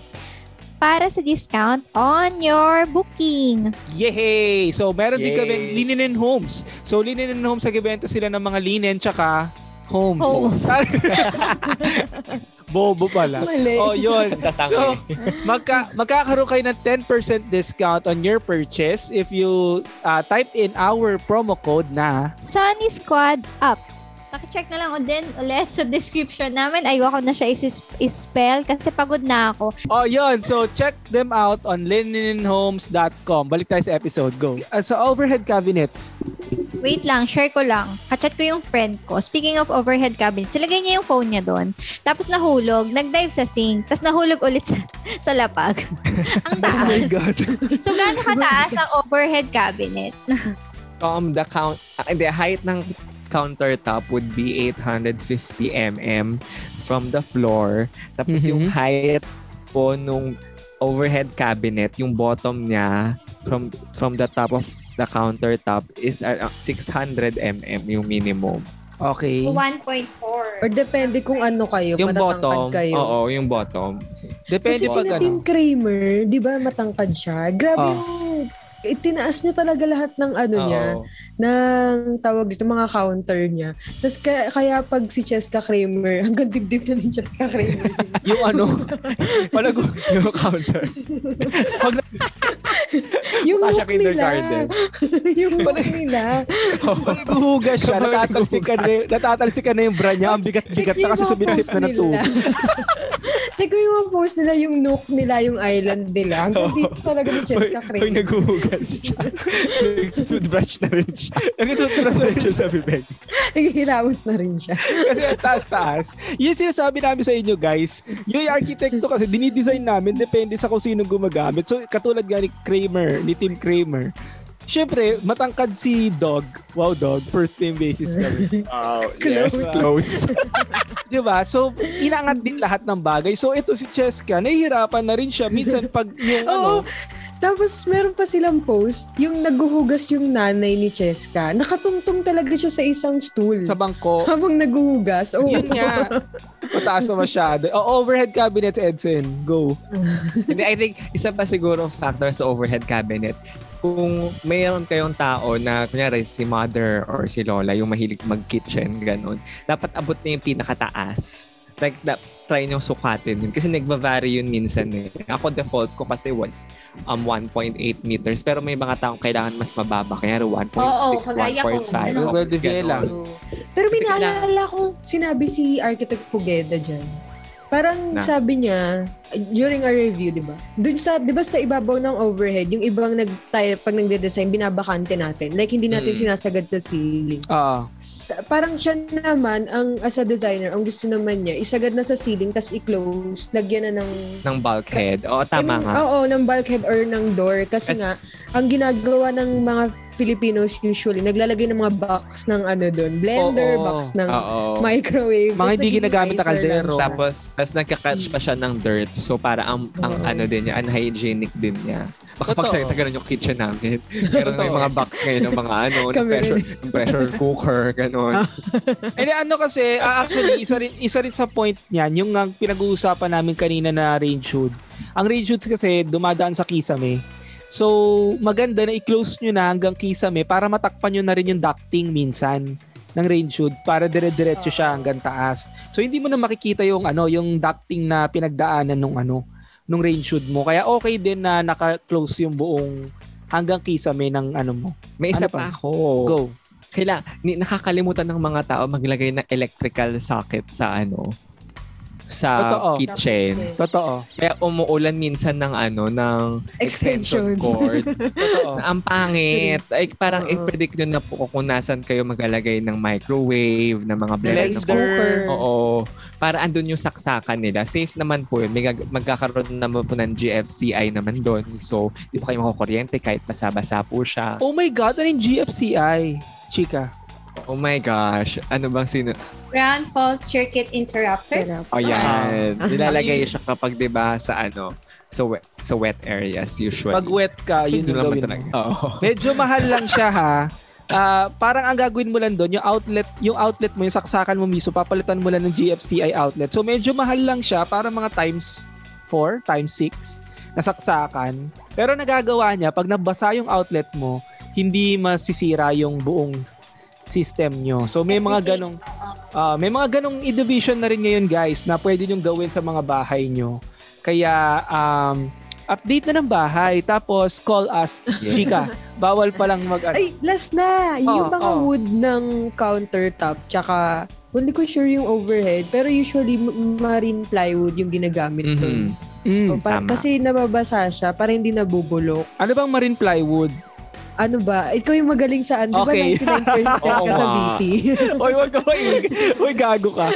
D: para sa discount on your booking.
A: Yay! So, meron din
B: Yay.
A: kaming linen and homes. So, linen and homes, nagbebenta sila ng mga linen tsaka homes.
D: Homes.
A: Bobo pala.
C: Mali.
A: Oh, yun. So,
B: Tatangin.
A: magka, magkakaroon kayo ng 10% discount on your purchase if you ah, type in our promo code na
D: Sunny Squad Up. Pakicheck na lang o din ulit sa description namin. Ayoko na siya isis- ispell kasi pagod na ako.
A: Oh, yun. So, check them out on linenhomes.com. Balik tayo sa episode. Go. Uh, sa overhead cabinets.
D: Wait lang, share ko lang. Kachat ko yung friend ko. Speaking of overhead cabinets, silagay niya yung phone niya doon. Tapos nahulog, nag-dive sa sink, tapos nahulog ulit sa, sa lapag. ang taas.
A: God.
D: so, gaano kataas ang overhead cabinet?
B: Um, the count, ah, the height ng countertop would be 850 mm from the floor. Tapos
A: Mhm.
B: yung height po nung overhead cabinet, yung bottom niya from from the top of the countertop is ah, around 600 mm yung minimum.
A: Okay.
D: 1.4.
C: Or depende kung ano kayo,
B: Yung bottom,
C: matatangkad kayo.
B: oo, yung bottom.
A: Depende
C: Kasi
A: pag
C: sina
A: ano.
C: Tim Kramer, di ba matangkad siya? Grabe
A: Oh.
C: yung itinaas niya talaga lahat ng ano niya,
B: Ah. Oo.
C: ng tawag dito, mga counter niya. Tapos kaya, kaya pag si Cheska Kramer, hanggang dibdib na ni Cheska Kramer.
A: Yung ano. Palago. yung counter. Pag
C: yung
B: Mukha siya
C: look nila.
B: kindergarten.
C: yung look nila.
A: naghuhugas siya.
B: Kapag
A: Natatalsikan na, yung- natatalsikan na yung bra niya. Ang bigat-bigat na
C: Check yung
A: kasi
C: mga
A: sumisip
C: post
A: na ng
C: nila.
A: tubig.
C: Check mo yung mga post nila, yung nook nila, yung island nila. Hanggang dito talaga ni Cheska
B: Pag
C: Kramer.
B: naghuhugas siya, toothbrush na rin siya. Nagtutulog na rin siya sa bibig.
C: Naghihilamos na rin siya.
A: kasi ang taas-taas. Yun sinasabi namin sa inyo, guys. Yung arkitekto kasi dinidesign namin depende sa kung sino gumagamit. So, katulad nga ni Kramer, ni Tim Kramer. Siyempre, matangkad si Dog. Wow, Dog. First name basis kami.
B: Oh,
C: yes,
B: close.
A: Di ba? So, inangat din lahat ng bagay. So, ito si Cheska, nahihirapan na rin siya. Minsan, pag yung ano,
C: Oo. Tapos meron pa silang post, yung naghuhugas yung nanay ni Cheska. Nakatungtong talaga siya sa isang stool.
A: sa bangko.
C: habang naghuhugas. Oh.
A: Yun nga. Mataas na masyado. O, overhead cabinet, Edson. Go.
B: Hindi, I think isa pa siguro factor sa overhead cabinet. Kung mayroon kayong tao na, kunyari, si mother or si lola, yung mahilig mag-kitchen, ganun, dapat abot na yung pinakataas. Like, da- try nyo sukatin yun. Kasi nagbabarry yun minsan eh. Ako, default ko kasi was um, 1.8 meters. Pero may mga taong kailangan mas mababa. Kaya 1.6,
D: Oo, kagaya ko.
B: 1.5.
D: ano? Ganun.
B: ganun.
A: Pwede lang.
C: Pero may
B: Kasi kailangan-
C: naalala kong sinabi si Architect Pugeda dyan. Parang
B: Na?
C: sabi niya, during a review, di ba? Dun sa, di ba sa ibabaw ng overhead, yung ibang nag, tayo, pag nagde-design, binabakante natin. Like, hindi natin
B: Hmm.
C: sinasagad sa ceiling.
A: Ah.
C: Sa- parang siya naman, ang, as a designer, ang gusto naman niya, isagad na sa ceiling, tas i-close, lagyan na ng
B: Ng bulkhead. Oo, tama
C: Yung-
B: nga.
C: Oo, ng bulkhead or ng door.
B: Yes.
C: Kasi nga, ang ginagawa ng mga Filipinos usually, naglalagay ng mga box ng ano doon, blender,
A: Oo.
C: box ng
B: Oo.
C: microwave.
A: Mga
C: Tapos
A: hindi
C: nagiging
A: ginagamit na
C: riser lang
A: kaldero.
C: siya.
B: Oh. Tapos, tas nagka-catch pa siya ng dirt. So, para ang, ang
C: Oo.
B: ano din niya, unhygienic din niya. Baka
A: Totoo.
B: pag sa ganun yung kitchen namin. Meron na yung mga box ngayon ng mga ano, ng
C: Kami
B: pressure, ng pressure cooker, ganun.
A: Ah, And then, ano kasi, ah, actually, isa rin, isa rin sa point niyan, yung ang pinag-uusapan namin kanina na range hood. Ang range hood kasi dumadaan sa kisame. So, maganda na i-close nyo na hanggang kisame para matakpan nyo na rin yung ducting minsan ng range hood para dire-diretso siya hanggang taas. So, hindi mo na makikita yung ano, yung ducting na pinagdaanan nung ano, nung range hood mo. Kaya okay din na naka-close yung buong hanggang kisame ng ano mo.
B: May isa
A: Ano pa?
B: pa ako.
A: Go.
B: Kaila, ni, nakakalimutan ng mga tao maglagay ng electrical socket sa ano, sa
A: Totoo.
B: kitchen.
A: Totoo.
B: Kaya umuulan minsan ng ano, ng extension
C: Extension.
B: cord.
A: Totoo.
B: na ang pangit. Ay, parang
C: Oo.
B: i-predict nyo na po kung nasan kayo maglalagay ng microwave, ng mga blender.
A: Rice
B: ng-
C: cooker.
B: Oo. Para andun yung saksakan nila. Safe naman po yun. May gag- magkakaroon naman po ng GFCI naman doon. So, di pa kayo makukuryente kahit basa-basa po siya.
A: Oh my God, ano yung GFCI? Chika.
B: Oh my gosh. Ano bang sino?
D: Ground fault circuit interrupter.
C: Sarap.
B: Oh, yan.
C: Ah.
B: Nilalagay siya kapag, di ba, sa ano, sa wet, sa wet areas usually.
A: Pag wet ka, yun
B: Doon
A: yung
B: naman
A: gawin
B: talaga.
A: mo.
B: Oo.
A: Medyo mahal lang siya ha. Ah, parang ang gagawin mo lang doon, yung outlet, yung outlet mo, yung saksakan mo mismo, papalitan mo lang ng GFCI outlet. So medyo mahal lang siya para mga times 4, times 6 na saksakan. Pero nagagawa niya, pag nabasa yung outlet mo, hindi masisira yung buong system nyo. So may mga ganong Ah, may mga ganong division na rin ngayon guys na pwede nyong gawin sa mga bahay nyo. Kaya um, update na ng bahay tapos call us.
B: Yeah.
A: Chika, bawal palang mag
C: Ay, last na. yung
A: Oo,
C: mga
A: oo.
C: wood ng countertop, tsaka, hindi ko sure yung overhead, pero usually m- marine plywood yung ginagamit doon.
A: Mm.
B: Mhm.
C: O, pa-
B: tama.
C: kasi nababasa siya para hindi nabubulok.
A: Ano bang marine plywood?
C: Ano ba? Ikaw yung magaling saan. Di ba
A: Okay.
C: 99% ka
B: Oo
C: sa
B: nga.
C: BT?
A: Hoy, wag ka maig. Hoy, gago ka.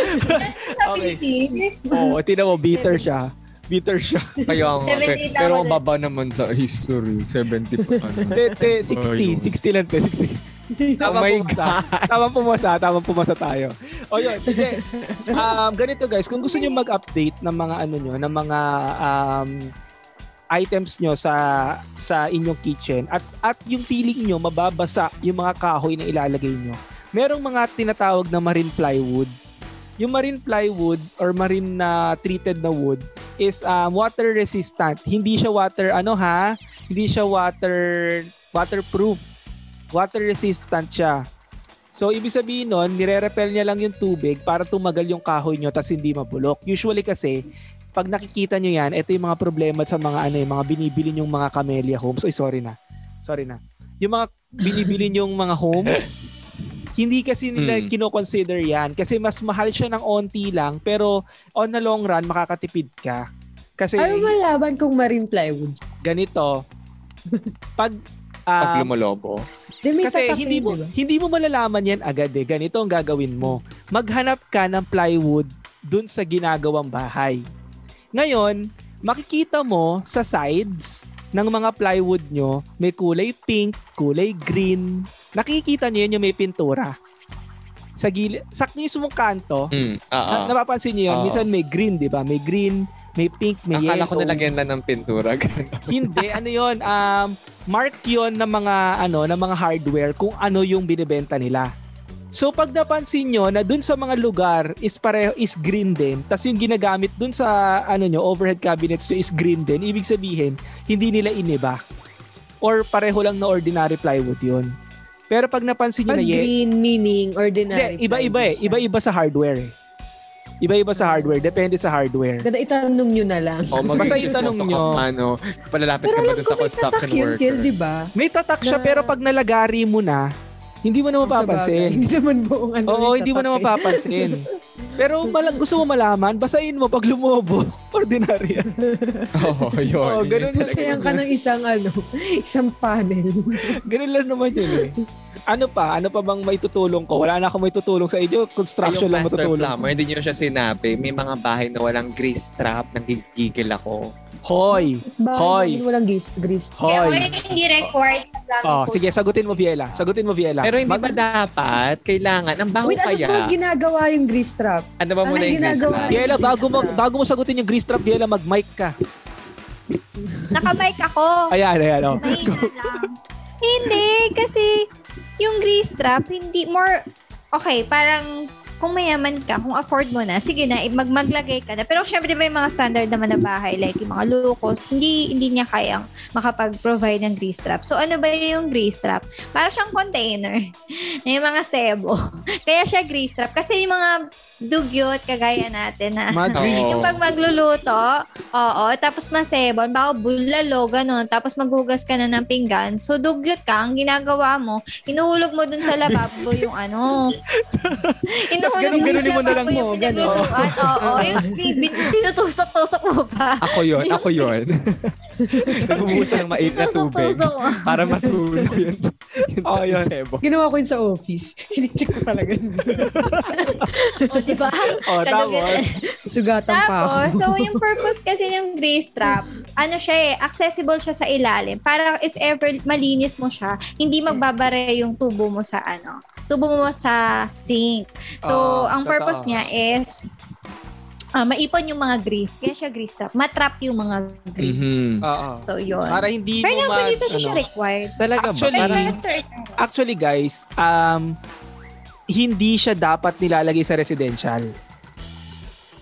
A: Okay. Oo, tingnan mo, bitter siya. Bitter siya.
B: Kaya nga.
D: 70
B: Pero ang
D: daw
B: baba naman sa history. 70 pa ano.
A: Tete, 60.
B: Ayun.
A: 60 lang, te, 60. Oh, Tama
B: Oh my
A: pumasa. Tama pumasa. Tama pumasa tayo. O yun, sige. Um, ganito guys, kung gusto nyo mag-update ng mga ano nyo, ng mga um, items nyo sa sa inyong kitchen at at yung feeling nyo mababasa yung mga kahoy na ilalagay nyo. Merong mga tinatawag na marine plywood. Yung marine plywood or marine na treated na wood is um, water resistant. Hindi siya water ano ha? Hindi siya water waterproof. Water resistant siya. So, ibig sabihin nun, nire-repel niya lang yung tubig para tumagal yung kahoy nyo tas hindi mabulok. Usually kasi, pag nakikita nyo yan, ito yung mga problema sa mga ano, yung mga binibili yung mga camellia homes. Oy, sorry na. Sorry na. Yung mga binibili yung mga homes, hindi kasi nila
B: Mm.
A: kinoconsider yan kasi mas mahal siya ng onti lang pero on the long run, makakatipid ka. Kasi
C: ano malaman kung marine plywood?
A: ganito, pag, ah,
B: Pag lumalobo.
C: Di, may
A: kasi
C: tatak
A: hindi
C: yun,
A: mo
C: di ba?
A: hindi mo malalaman 'yan agad eh. Ganito ang gagawin mo. Maghanap ka ng plywood dun sa ginagawang bahay. Ngayon, makikita mo sa sides ng mga plywood nyo, may kulay pink, kulay green. Nakikita nyo yun yung may pintura. Sa, gil- sa mismong kanto,
B: Mm, oo.
A: na- napapansin nyo yun,
B: Oo.
A: minsan may green, di ba? May green, may pink, may
B: Ah. Akala ko
A: yellow.
B: nalagyan lang ng pintura. Ganun.
A: Hindi, ano yun, um, mark yun ng mga, ano, ng mga hardware kung ano yung binibenta nila. So pag napansin nyo na dun sa mga lugar is pareho is green din, tas yung ginagamit dun sa ano nyo, overhead cabinets nyo is green din, ibig sabihin, hindi nila iniba. Or pareho lang na ordinary plywood yun. Pero pag napansin nyo
C: Pag
A: na ye-
C: green, meaning, ordinary
A: Hindi, iba-iba eh.
C: plywood siya.
A: Iba-iba sa hardware eh. Iba-iba sa hardware. Depende sa hardware.
C: Ganda, itanong nyo na lang.
B: Oh,
A: Basta yung
B: mag-research
A: tanong
B: mo sa
A: nyo.
B: Kapmano, palalapit
C: Pero
B: ka ba
C: alam
B: doon
C: ko
B: sa
C: may
B: construction
C: tatak yun, Gil,
B: worker?
C: di ba?
A: May tatak siya
C: Na-
A: pero pag nalagari mo na, hindi mo na
C: Sabagay,
A: mapapansin.
C: Hindi naman buong ano.
A: Oo,
C: yung
A: hindi mo na
C: tatak eh.
A: mapapansin. Pero mala- gusto mo malaman, basahin mo pag lumobo. Ordinary. yan.
B: Oo, oh, yun.
A: Oo, ganun lang.
C: Masayang ka ng isang ano, isang panel.
A: Ganun lang naman yun eh. Ano pa? Ano pa bang maitutulong ko? Wala na akong maitutulong sa inyo. Construction
B: Yung
A: lang
B: master
A: matutulong.
B: plumber, hindi nyo siya sinabi. May mga bahay na walang grease trap, nanggigigil ako.
A: Hoy!
C: Bahay
A: Hoy.
C: namin walang gis- grease.
A: Hoy!
D: oh, hindi required sa plumbing
A: Oh,
D: code.
A: sige, sagutin mo, Viela. Sagutin mo, Viela.
B: Pero hindi
A: Mag-
B: ba dapat? Kailangan. Ang baho
C: Wait, ano
B: kaya.
C: ba ginagawa yung grease trap?
B: ano ba
C: ano
B: muna yung grease
C: ginagawa
B: trap?
C: niya?
A: Viela, bago mo,
C: Grease trap.
A: bago mo sagutin yung grease trap, Viela, mag-mic ka.
D: Nakamike ako.
A: Ayan, ayan. Oh.
D: Mahina lang. hindi, kasi yung grease trap, hindi more, okay, parang kung mayaman ka, kung afford mo na, sige na, eh, mag maglagay ka na. Pero syempre, di ba yung mga standard naman na bahay, like yung mga locos, hindi, hindi niya kayang makapag-provide ng grease trap. So, ano ba yung grease trap? Para siyang container. na yung mga sebo. Kaya siya grease trap. Kasi yung mga dugyot, kagaya natin na
A: Mag-grease.
D: yung pag magluluto, oo, tapos masebon, baka bulalo, ganun, tapos maghugas ka na ng pinggan, so dugyot ka, ang ginagawa mo, inuhulog mo dun sa lababo yung ano.
A: Tapos ganun-ganunin mo na lang.
C: mo,
D: mo.
C: ganun.
D: Oo, oo. Yung bin- bin- tinutusok-tusok mo pa.
B: Ako yon, ako yon. Nagbubuhos na ng mait na tubig
D: Tusok-tusok mo.
B: para matulog yun. Yung
A: Oh, yun.
B: placebo.
C: Ginawa ko yun sa office. Sinisik ko talaga.
D: O, diba?
A: Oh,
D: Ganun-
A: tapos,
D: ganun.
C: Sugatan pa ako.
D: Tapos, so yung purpose kasi ng grace trap, ano siya eh, accessible siya sa ilalim. Para if ever malinis mo siya, hindi
A: Hmm.
D: magbabare yung tubo mo sa ano, tubo mo sa sink. So,
A: Oo,
D: ang
A: Ah, totoo.
D: purpose niya is ah, maipon yung mga grease. Kaya siya grease trap. Matrap yung mga grease.
A: oo.
D: So, yun.
A: Mm-hmm. Para hindi
D: Pero
A: mo
D: nga po
A: mas...
D: dito siya, siya
A: ano.
D: required.
B: Talaga ba?
A: Actually,
B: Parang,
A: Parang- Actually guys, um, hindi siya dapat nilalagay sa residential.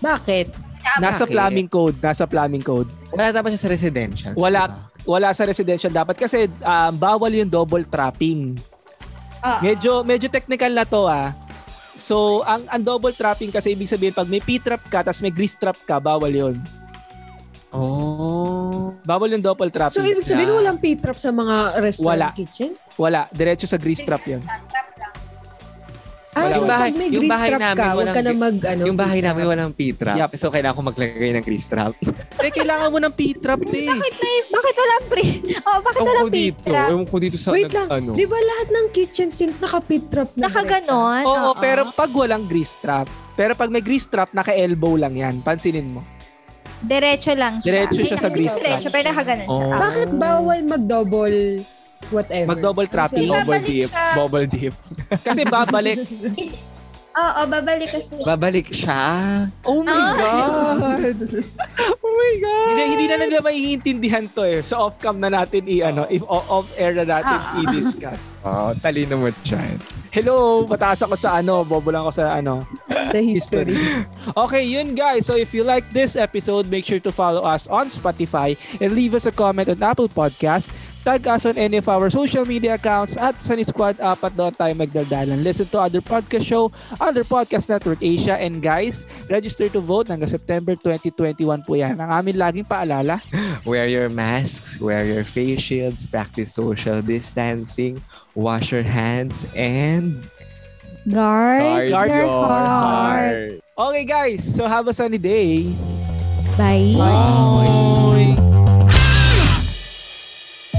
C: Bakit?
A: Nasa
B: Bakit?
A: plumbing code, nasa plumbing code.
B: wala dapat siya sa residential. Diba?
A: Wala. Wala sa residential dapat kasi um, bawal yung double trapping.
D: Oo.
A: Medyo medyo technical na to ah. So, ang, ang double trapping kasi ibig sabihin pag may P-trap ka tapos may grease trap ka, bawal yun.
B: Oh.
A: Bawal yung double trapping.
C: So, ibig sabihin,
B: Yeah.
C: walang pit trap sa mga restaurant
A: Wala.
C: kitchen?
A: Wala. Diretso sa grease trap yun.
C: Ah,
A: Wala.
C: so
B: Yung bahay-
C: pag may
B: yung
C: grease
B: bahay
C: trap
B: namin
C: ka, huwag
B: walang
C: ka na
B: gri-
C: mag, ano,
B: Yung bahay
C: pit
B: namin
C: trap.
B: walang P-trap.
A: Yup.
B: So, kailangan ko maglagay ng grease trap.
A: eh, kailangan mo ng P-trap eh.
D: Bakit may, bakit walang pre? Oh, bakit
B: Ewan
D: walang
B: ko dito.
D: pitra?
B: Ewan ko dito sa
C: Wait
B: nag-
C: lang,
B: ano.
C: di ba lahat ng kitchen sink naka-pit trap na?
D: Nakaganon.
A: Oo, pero pag walang grease trap, pero pag may grease trap, naka-elbow lang yan. Pansinin mo.
D: Diretso lang siya.
A: Diretso siya Oh.
D: Hindi
A: sa grease
D: Diretso,
C: trap.
D: pero nakaganon siya.
B: Oo.
C: Bakit bawal mag-double whatever?
A: Mag-double trapping.
D: Kasi-
B: Bubble
D: Babalik
B: dip.
D: siya.
B: Bubble dip.
A: Kasi babalik.
D: Oo, babalik kasi.
B: Babalik siya.
A: Oh my
D: Ah.
A: God!
B: Oh my God.
A: hindi, hindi na nila maiintindihan to eh. So off-cam na natin i-ano, if off-air na natin
D: Ah.
A: i-discuss.
B: Oh, talino mo dyan.
A: Hello! Mataas ako sa ano, bobo lang ako sa ano.
C: The history.
A: Okay, yun guys. So if you like this episode, make sure to follow us on Spotify and leave us a comment on Apple Podcast. Tag us on any of our social media accounts at Sunny Squad Up at Doon Tayo Magdaldalan. Listen to other podcast show under Podcast Network Asia. And guys, register to vote hanggang September 2021 po yan. Ang amin laging paalala.
B: Wear your masks, wear your face shields, practice social distancing, wash your hands, and
D: Guard,
A: guard
D: your heart.
A: Okay guys, so have a sunny day.
D: Bye.
A: Bye.